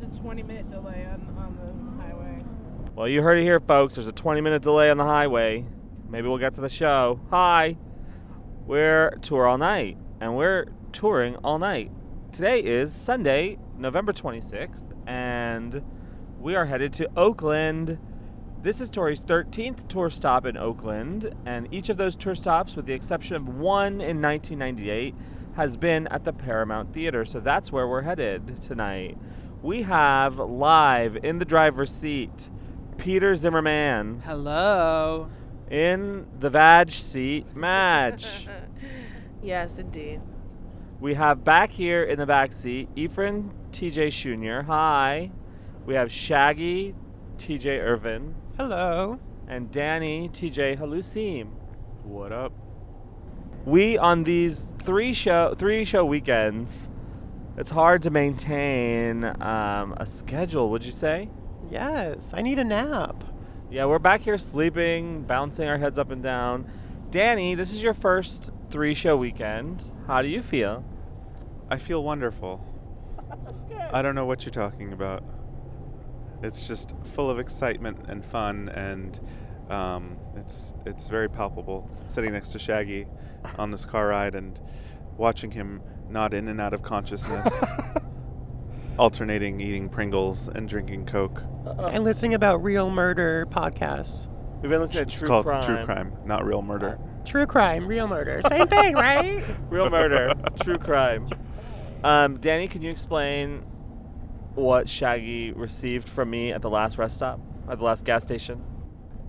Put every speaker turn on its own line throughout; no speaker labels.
20 minute delay on, on the highway.
Well, you heard it here, folks. There's a 20 minute delay on the highway. Maybe we'll get to the show. Hi. We're tour all night, and we're touring all night. Today is Sunday, November 26th, and we are headed to Oakland. This is Tori's 13th tour stop in Oakland, and each of those tour stops, with the exception of one in 1998, has been at the Paramount Theater. So that's where we're headed tonight. We have live in the driver's seat Peter Zimmerman,
Hello.
in the Vag seat, Madge.
yes, indeed.
We have back here in the back seat Efren TJ Jr. Hi. We have Shaggy TJ Irvin
Hello.
and Danny TJ Halusim.
What up?
We on these three show three show weekends. It's hard to maintain um, a schedule, would you say?
Yes, I need a nap.
Yeah, we're back here sleeping, bouncing our heads up and down. Danny, this is your first three show weekend. How do you feel?
I feel wonderful. I don't know what you're talking about. It's just full of excitement and fun, and um, it's it's very palpable. Sitting next to Shaggy on this car ride and watching him nod in and out of consciousness, alternating eating Pringles and drinking Coke.
And listening about real murder podcasts.
We've been listening to
It's
True
called
Crime.
true crime, not real murder.
True crime, real murder. Same thing, right?
Real murder, true crime. Um, Danny, can you explain what Shaggy received from me at the last rest stop, at the last gas station?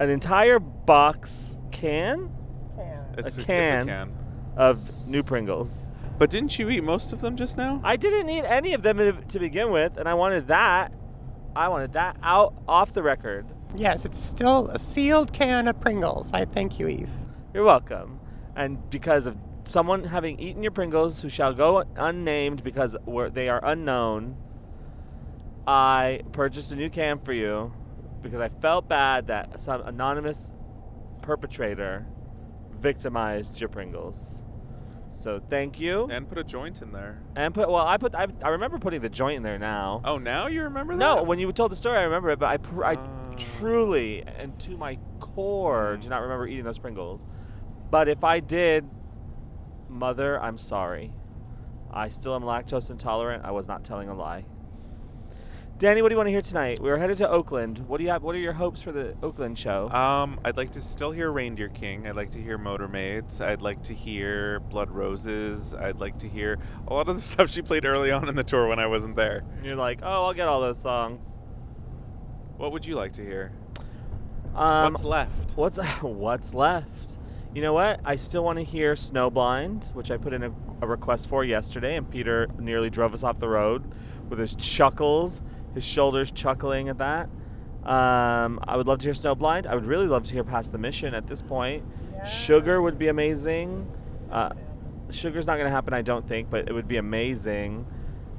An entire box can
It's
can.
It's a can.
of new Pringles.
But didn't you eat most of them just now?
I didn't need any of them to- to begin with, and I wanted that. I wanted that out off the record.
Yes, it's still a sealed can of Pringles. I thank you, Eve.
You're welcome. And because of someone having eaten your Pringles, who shall go unnamed because we're, they are unknown, I purchased a new can for you because I felt bad that some anonymous perpetrator victimized your Pringles. So thank you.
And put a joint in there.
And put well, I put I, I remember putting the joint in there now.
Oh, now you remember that?
No, when you told the story, I remember it, but I, pr- I
Oh.
truly and to my core
Mm.
do not remember eating those Pringles. But if I did, mother, I'm sorry. I still am lactose intolerant. I was not telling a lie. Danny, what do you want to hear tonight? We're headed to Oakland. What do you have? What are your hopes for the Oakland show?
Um, I'd like to still hear Reindeer King. I'd like to hear Motormaids. I'd like to hear Blood Roses. I'd like to hear a lot of the stuff she played early on in the tour when I wasn't there.
And you're like, oh, I'll get all those songs.
What would you like to hear?
Um,
What's left?
What's what's left? You know what? I still want to hear Snowblind, which I put in a, a request for yesterday, and Peter nearly drove us off the road with his chuckles, his shoulders chuckling at that. Um, I would love to hear Snowblind. I would really love to hear Past the Mission at this point. Sugar would be amazing. Uh, Sugar's not going to happen, I don't think, but it would be amazing.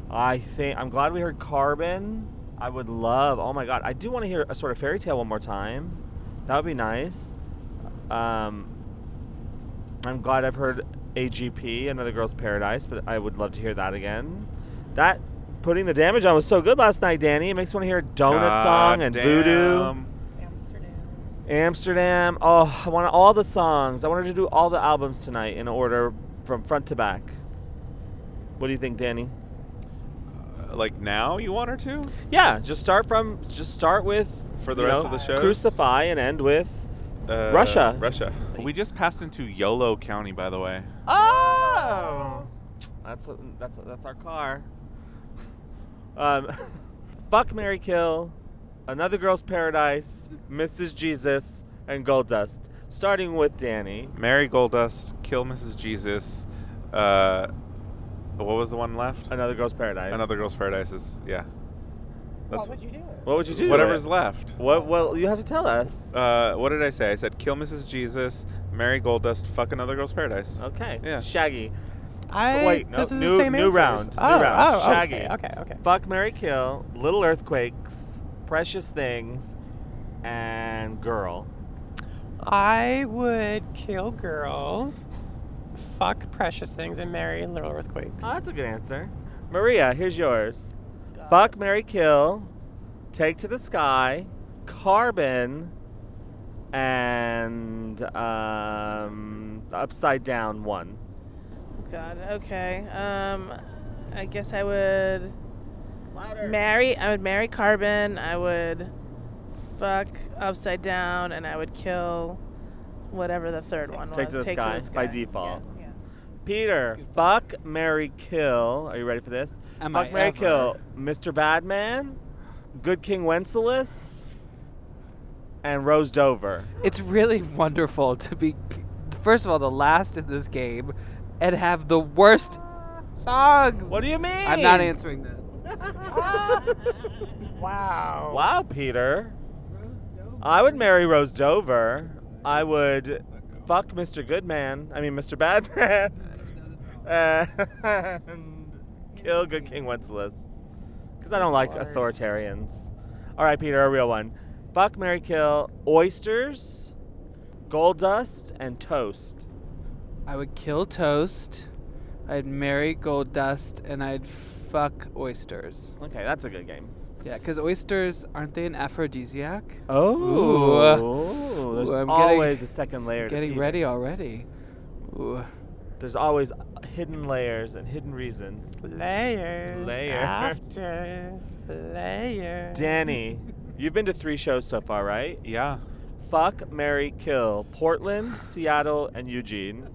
I think I'm glad we heard Carbon. I would love. Oh my God, I do want to hear a sort of fairy tale one more time. That would be nice. Um, I'm glad I've heard AGP, Another Girl's Paradise, but I would love to hear that again. That putting the damage on was so good last night, Danny. It makes me want to hear Donut Song and Voodoo,
Goddamn.
Amsterdam.
Amsterdam. Oh, I want all the songs. I wanted to do all the albums tonight in order from front to back. What do you think, Danny?
Uh, like now, you want her to?
Yeah, just start from just start with
For the
you
rest
know,
of the shows?
Crucify and end with
Uh,
Russia.
Russia. We just passed into Yolo County, by the way.
Oh, that's a, that's a, that's our car. Um, fuck Mary Kill, Another Girl's Paradise, Mrs. Jesus, and Gold Dust. Starting with Danny.
Mary Goldust, Kill Mrs. Jesus. Uh, what was the one left?
Another Girl's Paradise.
Another Girl's Paradise is yeah. That's
you do?
What would you do? to
whatever's
it?
left.
What? Well, you have to tell us.
Uh, what did I say? I said kill Mrs. Jesus, marry Goldust, fuck another girl's paradise.
okay.
yeah.
Shaggy.
I,
Wait, no,
those are the
new-
same
new
answers.
round, new
Oh,
round.
oh,
Shaggy.
Okay, okay, okay.
Fuck Mary Kill, Little Earthquakes, Precious Things, and Girl.
I would kill girl, fuck precious things, and marry little earthquakes.
Oh, that's a good answer. Maria, here's yours.
God.
Fuck Mary Kill, Take to the Sky, Carbon, and um, Upside Down One.
God. Okay. Um, I guess I would marry. I would marry Carbon. I would fuck upside down, and I would kill whatever the third one was.
Take to the Sky, by default.
Yeah.
Peter, fuck Mary Kill. Are you ready for this?
Am
fuck
I
Mary
ever?
Kill, Mr. Badman, Good King Wenceslas, and Rose Dover.
It's really wonderful to be, first of all, the last in this game, and have the worst songs.
What do you mean?
I'm not answering that.
Wow.
Wow, Peter. I would marry Rose Dover. I would fuck Mr. Goodman. I mean, Mr. Badman. and kill Good King Wenceslas. Because I don't like authoritarians. All right, Peter, a real one. Fuck, Mary, kill oysters, gold dust, and toast.
I would kill Toast. I'd marry Gold Dust, and I'd fuck oysters.
Okay, that's a good game.
Yeah, because oysters aren't they an aphrodisiac?
Oh,
Ooh,
there's
I'm getting-
always a second layer. to
Getting
Peter.
ready already. Ooh.
There's always hidden layers and hidden reasons.
Layer.
Layers.
After layer.
Danny, you've been to three shows so far, right?
Yeah.
Fuck, Mary, Kill. Portland, Seattle, and Eugene.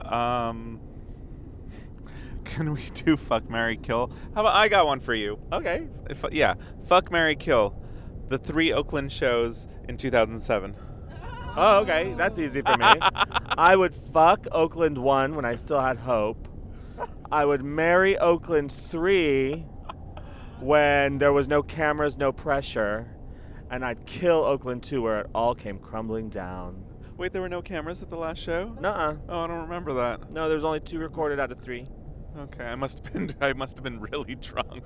Um, can we do fuck Mary Kill? How about I got one for you?
Okay.
If, yeah, fuck Mary Kill, the three Oakland shows in 2007.
Oh, okay. That's easy for me. I would fuck Oakland 1 when I still had hope. I would marry Oakland 3 when there was no cameras, no pressure. And I'd kill Oakland 2 where it all came crumbling down.
Wait, there were no cameras at the last show?
Nuh-uh.
Oh, I don't remember that.
No, there's only two recorded out of three.
Okay, I must have been I must have been really drunk.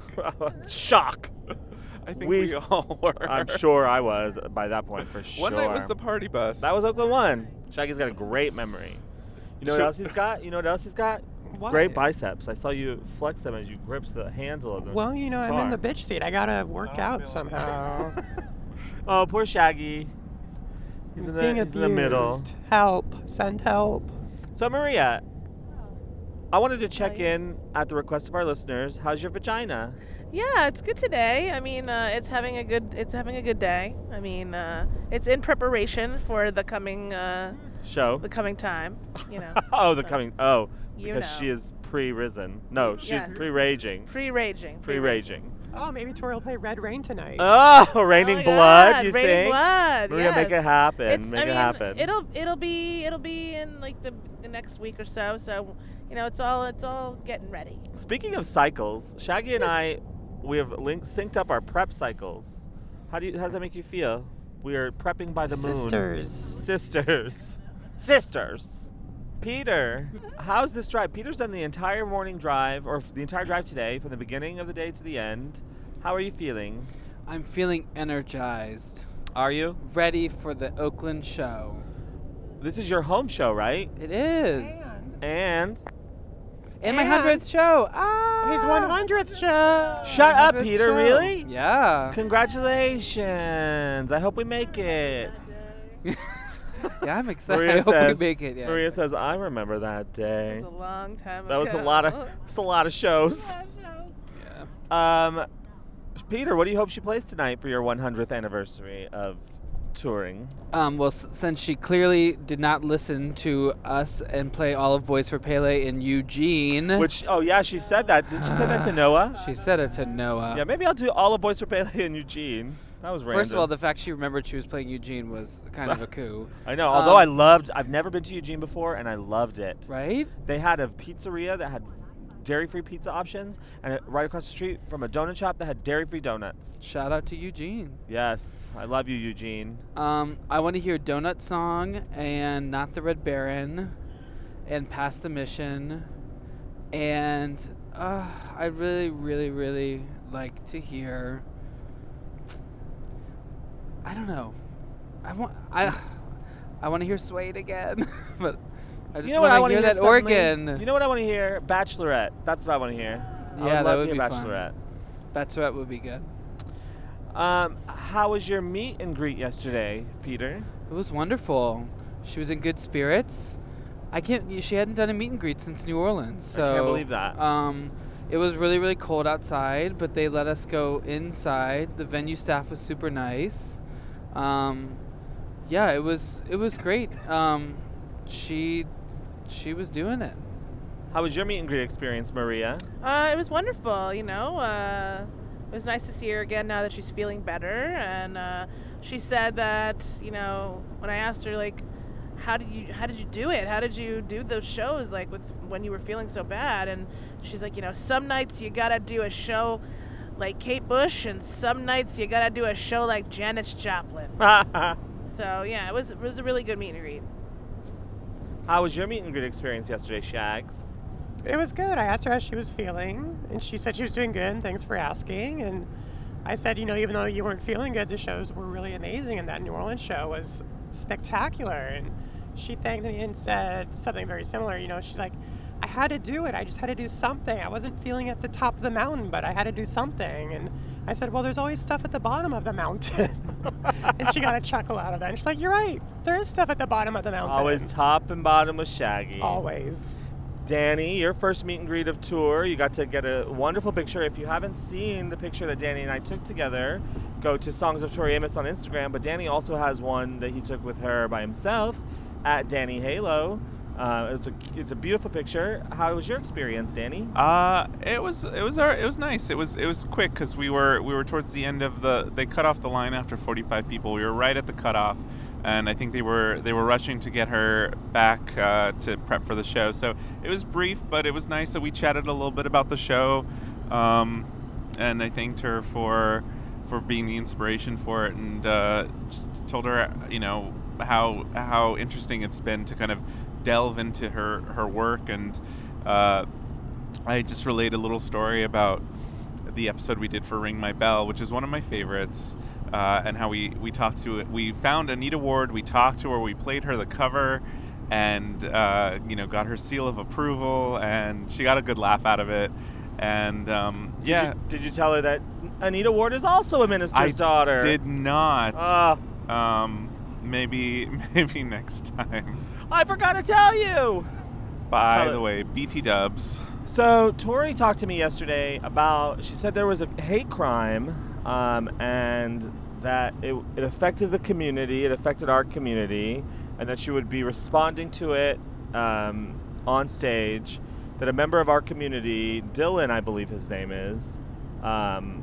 Shock.
I think
We
we,
s-
all were.
I'm sure I was by that point for sure.
One night was the party bus.
That was Oakland 1. Shaggy's got a great memory. You know what
Sure.
else he's got? You know what else he's got?
What?
Great biceps. I saw you flex them as you gripped the handle of them.
Well, you know, I'm in
Car.
the bitch seat. I gotta work
don't
out
feel-
somehow.
Oh, poor Shaggy. He's in the,
Being
he's in
abused.
the middle.
Help. Send help.
So, Maria,
Oh.
I wanted to check
yes.
in at the request of our listeners. How's your vagina?
Yeah, it's good today. I mean, uh, it's having a good it's having a good day. I mean, uh, it's in preparation for the coming uh,
Show.
the coming time. You know,
oh, the coming. Oh,
You
because she
know.
is pre risen. No, she's
Yes.
pre raging.
pre raging.
Pre raging.
Oh, maybe Tori will play Red Rain tonight.
Oh, raining blood, you
raining
think?
blood.
Maria,
yes.
make it happen.
It's,
make
I
it
mean,
happen.
It'll it'll be it'll be in like the, the next week or so. So you know, it's all it's all getting ready.
Speaking of cycles, Shaggy and I, we have linked, synced up our prep cycles. How do you? How does that make you feel? We are prepping by the moon.
Sisters.
Sisters. Sisters. Peter, how's this drive? Peter's done the entire morning drive, or the entire drive today, from the beginning of the day to the end. How are you feeling?
I'm feeling energized,
Are you?
ready for the Oakland show.
This is your home show, right?
It is.
And
And, my hundredth show. Ah.
His 100th show.
shut up,
100th
Peter.
show.
Really?
Yeah.
Congratulations! I hope we make it.
yeah, I'm excited.
Maria
I hope
says-
we make it. Yeah.
Maria says, "I remember that
It
day.
was a long time
That
ago.
was a lot
Oh.
of it's a lot of shows."
Yeah.
Um, Peter, what do you hope she plays tonight for your 100th anniversary of touring?
Um, well, s- since she clearly did not listen to us and play all of Boys for Pele in Eugene,
Which oh yeah, she said that. Did she say that to Noah?
she said it to Noah.
Yeah, maybe I'll do all of Boys for Pele and Eugene. That was random.
First of all, the fact she remembered she was playing Eugene was kind of a coup,
I know. Although I
um,
loved, I've never been to Eugene before, and I loved it.
right?
They had a pizzeria that had dairy-free pizza options, and uh, right across the street from a donut shop that had dairy-free donuts.
Shout out to Eugene.
Yes, I love you, Eugene.
Um, I want to hear Donut Song and Not the Red Baron and Past the Mission. And uh, I really, really, really like to hear. I don't know. I want I I want to hear Suede again, but I just
you know what I
want to
hear
hear that
suddenly?
organ.
You know what I want to hear? Bachelorette. That's what I want to hear. I
Yeah, that
would love
would
to hear
be fun.
Bachelorette.
Bachelorette would be good.
Um, how was your meet and greet yesterday, Peter?
It was wonderful. She was in good spirits. I can't. y- She hadn't done a meet and greet since New Orleans. So
I can't believe that.
Um, it was really really cold outside, but they let us go inside. The venue staff was super nice. Um, yeah, it was it was great. Um, she she was doing it.
How was your meet and greet experience, Maria?
Uh, it was wonderful, you know. Uh, it was nice to see her again now that she's feeling better. And uh, she said that, you know, when I asked her, like, how did you how did you do it? How did you do those shows like with when you were feeling so bad? And she's like, you know, some nights you gotta do a show like Kate Bush, and some nights you gotta do a show like Janis Joplin.
how
So yeah, it was it was a really good meet and greet.
was your meet and greet experience yesterday, Shags?
It was good. I asked her how she was feeling, and she said she was doing good. And thanks for asking. And I said, you know, even though you weren't feeling good, the shows were really amazing, and that New Orleans show was spectacular. And she thanked me and said something very similar. You know, she's like, I had to do it. I just had to do something. I wasn't feeling at the top of the mountain, but I had to do something. And I said, well, there's always stuff at the bottom of the mountain. and she got a chuckle out of that. And she's like, you're right. There is stuff at the bottom of the mountain.
Always top and bottom with Shaggy.
Always.
Danny, your first meet and greet of tour. You got to get a wonderful picture. If you haven't seen the picture that Danny and I took together, go to Songs of Tori Amos on Instagram. But Danny also has one that he took with her by himself at Danny Halo. Uh, it's a it's a beautiful picture. How was your experience, Danny?
Uh, it was it was our, it was nice. It was it was quick because we were we were towards the end of the they cut off the line after 45 people. We were right at the cutoff, and I think they were they were rushing to get her back uh, to prep for the show. So it was brief, but it was nice that we chatted a little bit about the show, um, and I thanked her for for being the inspiration for it, and uh, just told her you know how how interesting it's been to kind of delve into her her work and. Uh, I just relayed a little story about the episode we did for Ring My Bell, which is one of my favorites, uh, and how we, we talked to it. We found Anita Ward, we talked to her, we played her the cover, and uh, you know got her seal of approval, and she got a good laugh out of it. And um,
Did
yeah,
You, did you tell her that Anita Ward is also a minister's
I
daughter?
did not.
Ah,
um, maybe maybe next time.
I forgot to tell you.
By
Tell
the
it.
way, BT Dubs.
So Tori talked to me yesterday about. She said there was a hate crime, um, and that it, it affected the community. It affected our community, and that she would be responding to it um, on stage. That a member of our community, Dylan, I believe his name is, um,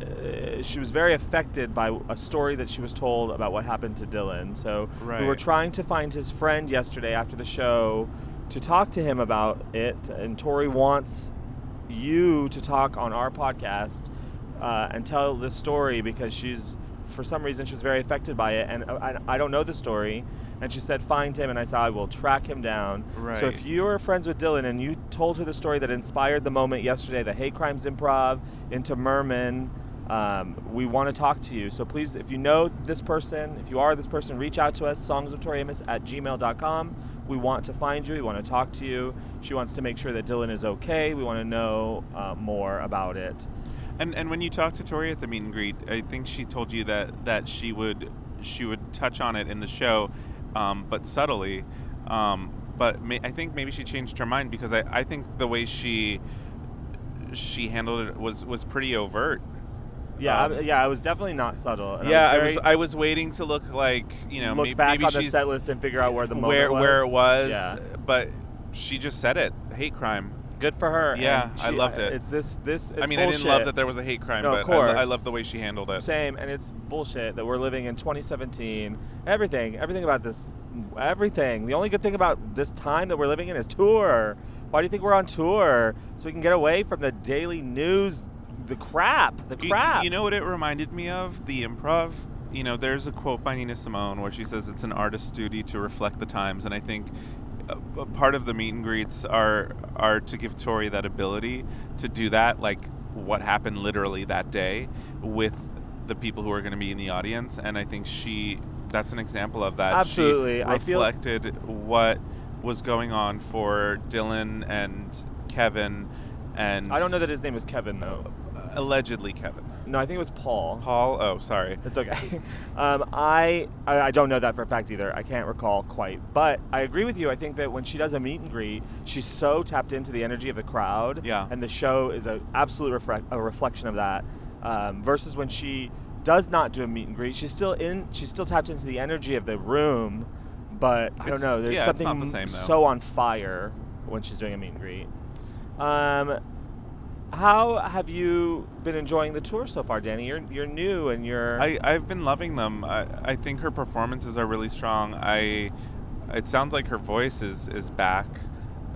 uh, she was very affected by a story that she was told about what happened to Dylan. So we were
Right.
trying to find his friend yesterday after the show to talk to him about it. And Tori wants you to talk on our podcast uh, and tell this story because she's, for some reason, she was very affected by it. And uh, I, I don't know the story. And she said, find him. And I said, I will track him down. So if
Right.
you were friends with Dylan and you told her the story that inspired the moment yesterday, the hate crimes improv into Merman, um, we want to talk to you. So please, if you know this person, if you are this person, reach out to us, songsoftoriamus at gmail.com. We want to find you. We want to talk to you. She wants to make sure that Dylan is okay. We want to know uh, more about it.
And and when you talked to Tori at the meet and greet, I think she told you that that she would she would touch on it in the show, um, but subtly. Um, but may, I think maybe she changed her mind because I, I think the way she she handled it was was pretty overt.
Yeah,
Um,
I, yeah, I was definitely not subtle. and
yeah,
very-
I was I was waiting to look like you know
look
may-
back
maybe
on the
she's
set list and figure out where the moment
where where it was,
Yeah.
but she just said it hate crime.
Good for her.
Yeah,
and
I loved it.
It's this this. It's
I mean, I didn't
bullshit.
love that there was a hate crime,
No,
but
of
I, lo- I
course.
love the way she handled it.
Same, and it's bullshit that we're living in 2017. Everything, everything about this, everything. The only good thing about this time that we're living in is tour. Why do you think we're on tour? So we can get away from the daily news, the crap, the
You-
crap.
You, know what it reminded me of? The improv. You know, there's a quote by Nina Simone where she says it's an artist's duty to reflect the times, and I think uh, a part of the meet and greets are are to give Tori that ability to do that, like what happened literally that day with the people who are going to be in the audience, and I think she that's an example of that. She
Absolutely. I feel-
reflected what was going on for Dylan and Kevin, and
I don't know that his name is Kevin though.
allegedly Kevin.
No, I think it was Paul.
Paul. Oh, sorry.
It's okay. Um, I, I I don't know that for a fact either. I can't recall quite, but I agree with you. I think that when she does a meet and greet, she's so tapped into the energy of the crowd.
Yeah.
And the show is a absolute refre- a reflection of that. Um, versus when she does not do a meet and greet, she's still in. She's still tapped into the energy of the room, but I
It's-
don't know. There's
yeah, it's not the
something
same, though.
so on fire when she's doing a meet and greet. Um, how have you been enjoying the tour so far, Danny? You're you're new and you're
I, I've been loving them. I, I think her performances are really strong. I, it sounds like her voice is is back,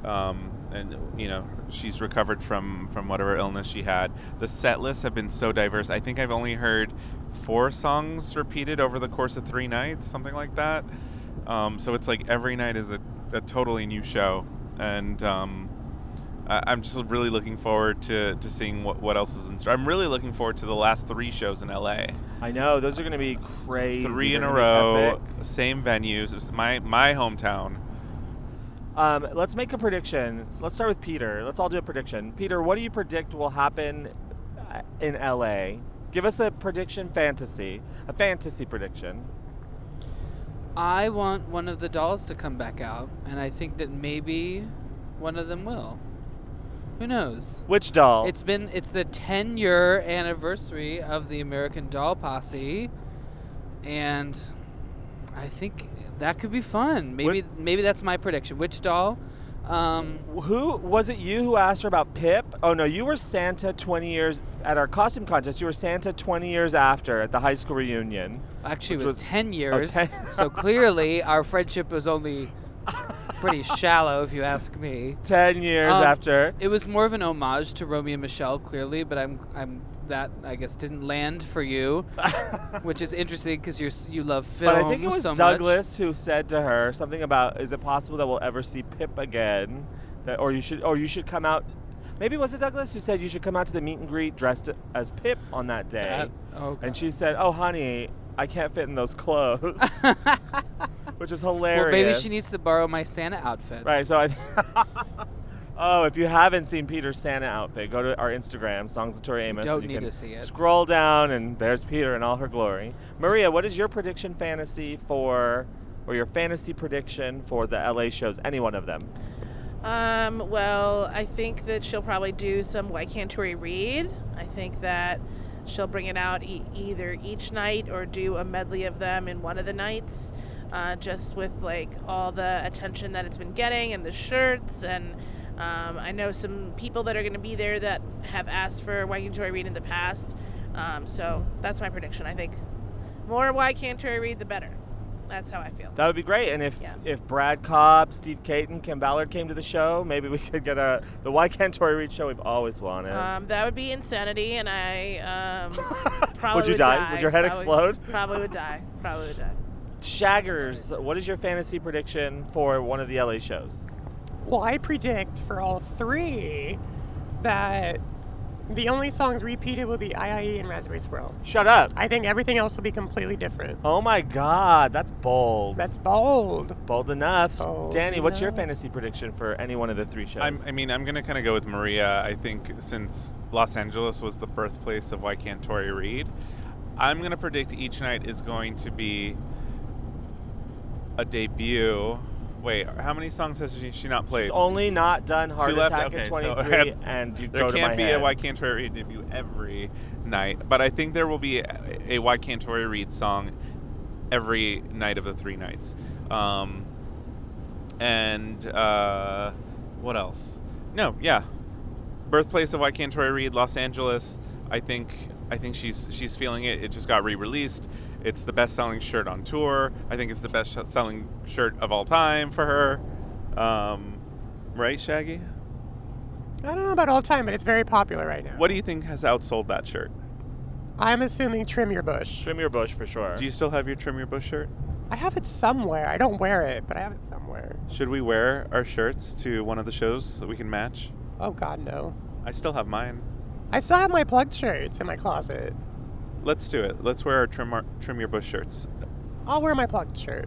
um, and you know she's recovered from from whatever illness she had. The set lists have been so diverse. I think I've only heard four songs repeated over the course of three nights, something like that. Um, so it's like every night is a, a totally new show, and um, I, I'm just really looking forward to, to seeing what, what else is in store. I'm really looking forward to the last three shows in LA
I know those are going to be crazy.
three in
They're
a
gonna be
row,
epic.
same venues. It's my my hometown.
Um, let's make a prediction. Let's start with Peter. Let's all do a prediction. Peter, what do you predict will happen uh, in LA? Give us a prediction fantasy, a fantasy prediction.
I want one of the dolls to come back out, and I think that maybe one of them will. Who knows?
Which doll?
It's been it's the 10 year anniversary of the American Doll Posse, and I think that could be fun. Maybe maybe that's my prediction. Which doll? Um,
who was it? You who asked her about Pip? Oh no, you were Santa 20 years at our costume contest. You were Santa 20 years after at the high school reunion.
actually, it
Which
was,
was-
10 years.
10
so clearly, our friendship was only pretty shallow, if you ask me.
10 years
Um,
after.
It was more of an homage to Romeo and Michelle, clearly, but I'm I'm that I guess didn't land for you, which is interesting because you you love film.
But I think it was
so much.
Douglas who said to her something about, "Is it possible that we'll ever see Pip again? That or you should or you should come out." Maybe was it Douglas who said you should come out to the meet and greet dressed as Pip on that day?
That- oh,
And she said, "Oh, honey, I can't fit in those clothes,"
God.
which is
well,
hilarious.
maybe she needs to borrow my Santa outfit.
Right. So I. oh, if you haven't seen Peter's Santa outfit, go to our Instagram, Songs of Tori Amos. and
don't
you
need
can
to see it.
Scroll down, and there's Peter in all her glory. Maria, what is your prediction fantasy for, or your fantasy prediction for the LA shows? Any one of them?
Um, well, I think that she'll probably do some Why Can't Tori Read? I think that she'll bring it out e- either each night or do a medley of them in one of the nights, uh, just with like all the attention that it's been getting and the shirts. And um, I know some people that are going to be there that have asked for Why Can't Tori Read in the past. Um, so that's my prediction. I think more Why Can't Tori Read, the better. That's how I feel.
That would be great. And if
Yeah.
if Brad Cobb, Steve Caton, Kim Ballard came to the show, maybe we could get a the Why Can't Tori Read show we've always wanted.
Um, that would be insanity, and I um, probably
Would you die? Would your head
Probably-
explode?
Probably would die. Probably would die.
Shaggers, what is your fantasy prediction for one of the LA shows?
Well, I predict for all three that the only songs repeated will be IIE and Raspberry Swirl.
Shut up.
I think everything else will be completely different.
Oh my God, that's bold.
That's bold.
bold enough.
Bold
Danny, what's your
enough.
fantasy prediction for any one of the three shows?
I'm, I mean, I'm gonna kind of go with Maria. I think since Los Angeles was the birthplace of why can't Tori read, I'm gonna predict each night is going to be a debut. Wait, how many songs has she, she not played?
She's only not done Heart
left,
Attack
okay,
at
so-
23, and you
There
go to my
can't be
head.
a Why Can't Tori Read debut every night, but I think there will be a, a Why Can't Tori Read song every night of the three nights. Um, and uh, what else? No, yeah, birthplace of Why Can't Tori Read, Los Angeles. I think I think she's she's feeling it. It just got re-released. It's the best-selling shirt on tour. I think it's the best-selling shirt of all time for her. Um, right, Shaggy?
I don't know about all time, but it's very popular right now.
What do you think has outsold that shirt?
I'm assuming Trim Your Bush.
Trim your bush for sure.
Do you still have your trim your bush shirt?
I have it somewhere. I don't wear it, but I have it somewhere.
Should we wear our shirts to one of the shows so we can match?
Oh God, no.
I still have mine.
I still have my plugged shirts in my closet.
Let's do it. Let's wear our trim our, trim your bush shirts.
I'll wear my plugged shirt.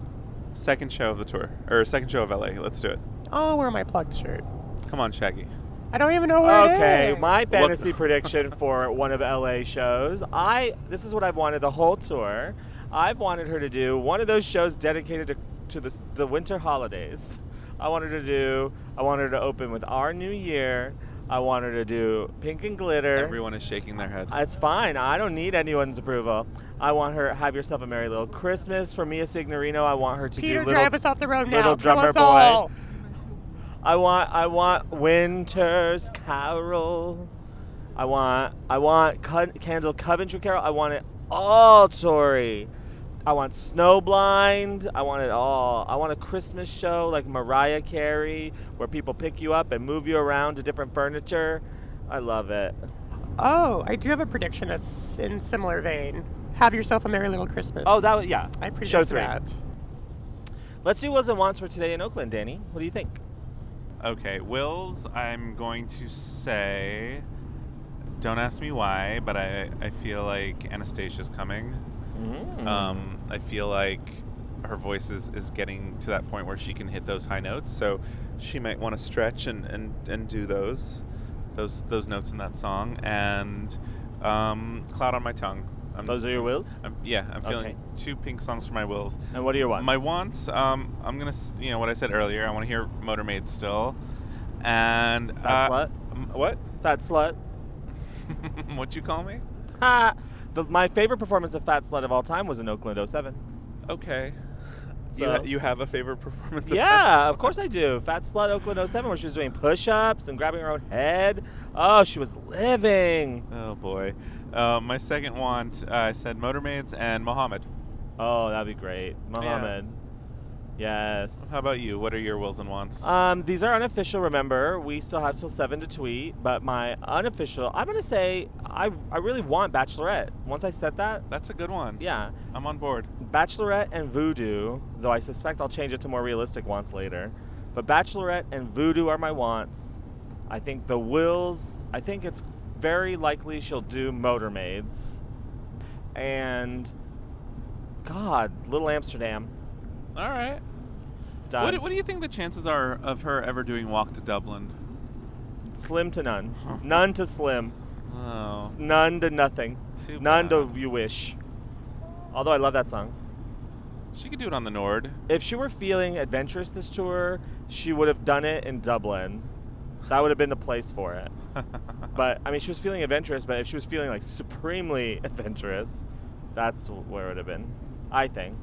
Second show of the tour, or second show of LA. Let's do it.
Oh, I'll wear my plugged shirt.
Come on, Shaggy.
I don't even know where it
Okay,
is.
my fantasy prediction for one of LA shows. I this is what I've wanted the whole tour. I've wanted her to do one of those shows dedicated to, to the s- the winter holidays. I wanted her to do. I wanted her to open with our new year. I want her to do pink and glitter.
Everyone is shaking their head.
Uh, It's fine. I don't need anyone's approval. I want her have yourself a merry little Christmas for Mia Signorino. I want her to
Peter,
do little.
drive us off the road now.
Little
Kill
Drummer
us
Boy.
all.
I want I want Winter's Carol. I want I want Con- Candle Coventry Carol. I want it all, Tori. I want Snowblind. I want it all. I want a Christmas show like Mariah Carey, where people pick you up and move you around to different furniture. I love it.
Oh, I do have a prediction that's in similar vein. Have yourself a merry little Christmas.
Oh, that was yeah.
I predict
show three.
that.
Let's do wasn't wants for today in Oakland, Danny. What do you think?
Okay, Wills, I'm going to say. Don't ask me why, but I, I feel like Anastasia's coming.
Mm.
Um, I feel like her voice is, is getting to that point where she can hit those high notes, so she might want to stretch and, and, and do those those those notes in that song. And um, Cloud on My Tongue. I'm,
Those are your wills.
I'm, yeah, I'm feeling
Okay.
two pink songs for my Wills.
And what are your wants?
My wants, um, I'm gonna, s- you know, what I said earlier. I want to hear Motormaid still, and
Fat
uh,
slut.
m- what?
Fat slut.
what you call me?
Ha! The, my favorite performance of Fat Slut of all time was in Oakland 07.
Okay. You,
So-
ha- you have a favorite performance? of
yeah, of course I do. Fat Slut Oakland 07, where she was doing push ups and grabbing her own head. Oh, she was living.
that? Oh boy. Uh, my second want, uh, I said Motormaids and Mohammed.
Oh, that'd be great. Mohammed. Yes.
How about you? What are your wills and wants?
Um, these are unofficial. Remember, we still have till seven to tweet. But my unofficial, I'm gonna say, I I really want Bachelorette. Once I said that,
That's a good one.
yeah,
I'm on board.
Bachelorette and Voodoo. Though I suspect I'll change it to more realistic wants later. But Bachelorette and Voodoo are my wants. I think the wills. I think it's very likely she'll do Motormaids, and God, Little Amsterdam.
All right.
Done.
What, do- what do you think the chances are of her ever doing Walk to Dublin?
Slim to none.
Huh.
None to slim.
Oh,
None to nothing.
too
None
bad.
to you wish. Although I love that song.
She could do it on the Nord.
If she were feeling adventurous this tour, she would have done it in Dublin. That would have been the place for it. But I mean, she was feeling adventurous, but if she was feeling like supremely adventurous, that's where it would have been, I think.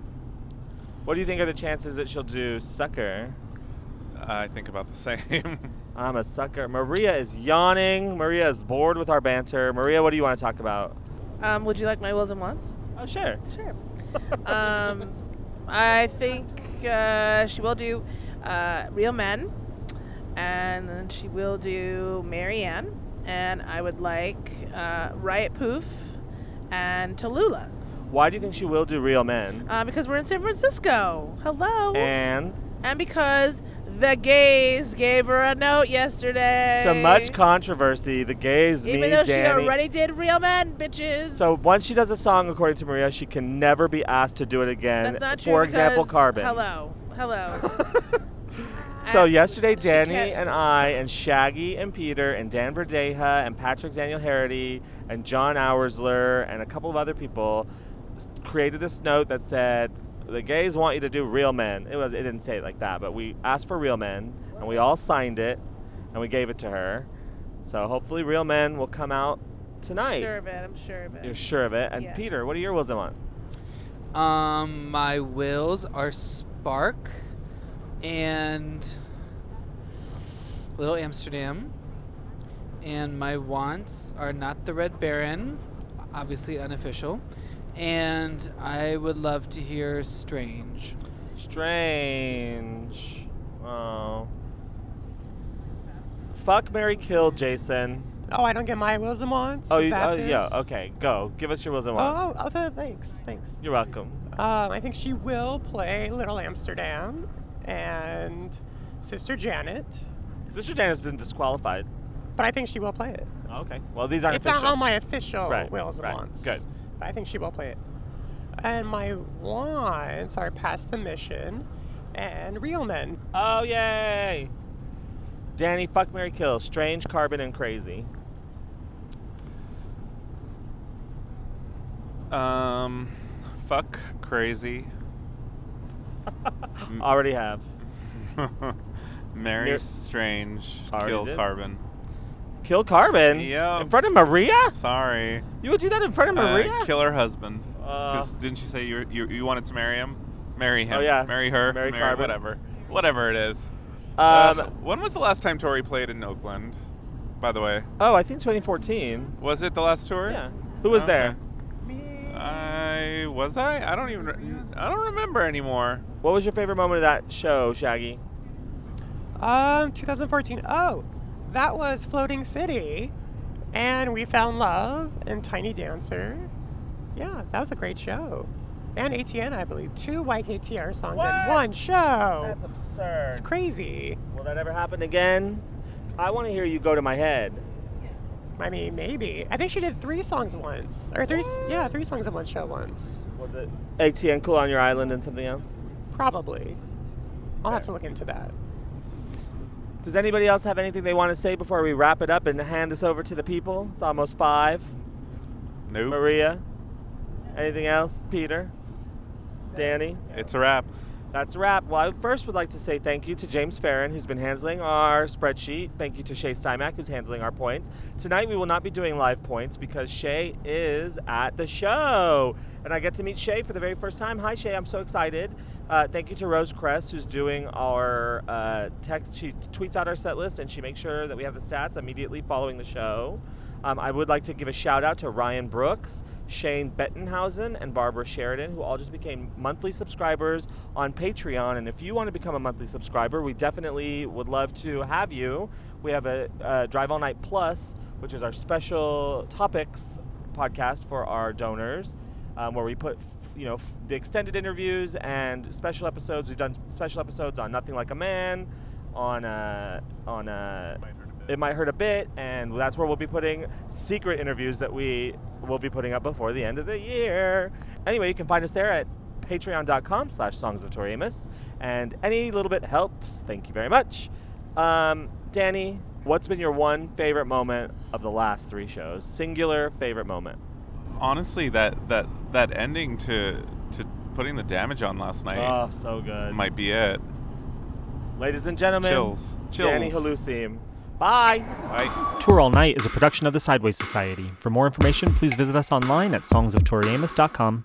What do you think are the chances that she'll do Sucker?
I think about the same.
I'm a sucker. Maria is yawning. Maria is bored with our banter. Maria, what do you want to talk about?
Um, would you like my wills and wants?
Oh, sure.
Uh, Sure. um, I think uh, she will do uh, Real Men, and then she will do Marianne, and I would like uh, Riot Poof and Tallulah
Why do you think she will do Real Men?
uh, because we're in San Francisco. Hello.
And
And because the gays gave her a note yesterday.
to much controversy, the gays
Even
me
though she
Danny.
already did Real Men, bitches.
so once she does a song, according to Maria, she can never be asked to do it again.
That's not true.
For example,
because-
Carbon.
Hello. Hello.
So
And
yesterday,
she
Danny
can't-
and I and Shaggy and Peter and Dan Verdeja and Patrick Daniel Harity and John Owersler and a couple of other people s- created this note that said, "The gays want you to do real men." It was it didn't say it like that, but we asked for real men and we all signed it and we gave it to her. So hopefully, real men will come out tonight.
Sure of it. I'm sure of it.
You're sure of it. And
Yeah.
Peter, what are your wills and wants?
Um, my wills are Spark and Little Amsterdam, and my wants are not the Red Baron, obviously unofficial, and I would love to hear Strange.
Strange. Oh. Fuck Mary Kill, Jason.
Oh, I don't get my wills and wants.
oh,
Is
you-
that
oh, yeah.
this?
Okay, go. Give us your wills and wants.
Oh, oh, th- thanks,
Oh.
thanks.
You're welcome.
Um, I think she will play Little Amsterdam and Sister Janet,
Sister Janice isn't disqualified.
but I think she will play it.
Okay. Well, these aren't
it's
official.
not on my official
Right,
wills and
right,
wants.
good.
But I think she will play it. And my wants are past the mission and Real Men.
Oh yay! Danny, fuck Mary Kill, Strange, Carbon, and Crazy.
Um, fuck crazy. M-
Already have.
Mary
Mir-
Strange
Already
kill
did.
Carbon.
Kill Carbon?
Yeah.
In front of Maria?
Sorry.
You would do that in front of Maria?
Uh, kill her husband.
Uh.
Because didn't you say you, were- you you wanted to marry him? Marry him.
Oh, yeah.
Marry her.
Marry Carbon.
Whatever. Whatever it is.
um,
Ugh, when was the last time Tori played in Oakland? By the way,
oh, I think 2014.
was it the last tour?
Yeah. Who was
Okay.
there?
I was I. I don't even. re- I don't remember anymore.
What was your favorite moment of that show, Shaggy?
Um, 2014. Oh, that was Floating City, and we found love and Tiny Dancer. Yeah, that was a great show. And ATN, I believe, two YKTR songs
What?
in one show.
absurd.
It's crazy.
Will that ever happen again? I want to hear you go to my head.
I mean, maybe. I think she did three songs once, or three. s- Yeah, three songs in one show once.
Was it ATN Cool on Your Island and something else?
Probably. I'll have to look into that.
Does anybody else have anything they want to say before we wrap it up and hand this over to the people? It's almost five.
Nope.
Maria, anything else? Peter, Danny.
It's a wrap.
That's a wrap. Well, I first would like to say thank you to James Farron, who's been handling our spreadsheet. Thank you to Shay Stymack, who's handling our points. Tonight, we will not be doing live points because Shay is at the show. And I get to meet Shay for the very first time. Hi, Shay. I'm so excited. Uh, thank you to Rose Crest, who's doing our uh, text. She tweets out our set list and she makes sure that we have the stats immediately following the show. Um, I would like to give a shout out to Ryan Brooks, Shane Bettenhausen, and Barbara Sheridan, who all just became monthly subscribers on Patreon. And if you want to become a monthly subscriber, we definitely would love to have you. We have a, uh Drive All Night Plus, which is our special topics podcast for our donors. Um, where we put, f- you know, f- the extended interviews and special episodes. We've done special episodes on Nothing Like a Man, on uh, on uh, it might hurt a bit, and that's where we'll be putting secret interviews that we will be putting up before the end of the year. Anyway, you can find us there at patreon.com slash songs of Tori Amos, and any little bit helps. Thank you very much. Um, Danny, what's been your one favorite moment of the last three shows? Singular favorite moment.
Honestly, that that that ending to to putting the damage on last night
Oh, so good.
might be it.
Ladies and gentlemen,
Chills. Chills.
Danny Halusim. Bye.
Bye.
Tour All Night is a production of the Sideways Society. For more information, please visit us online at songsoftoriamus.com.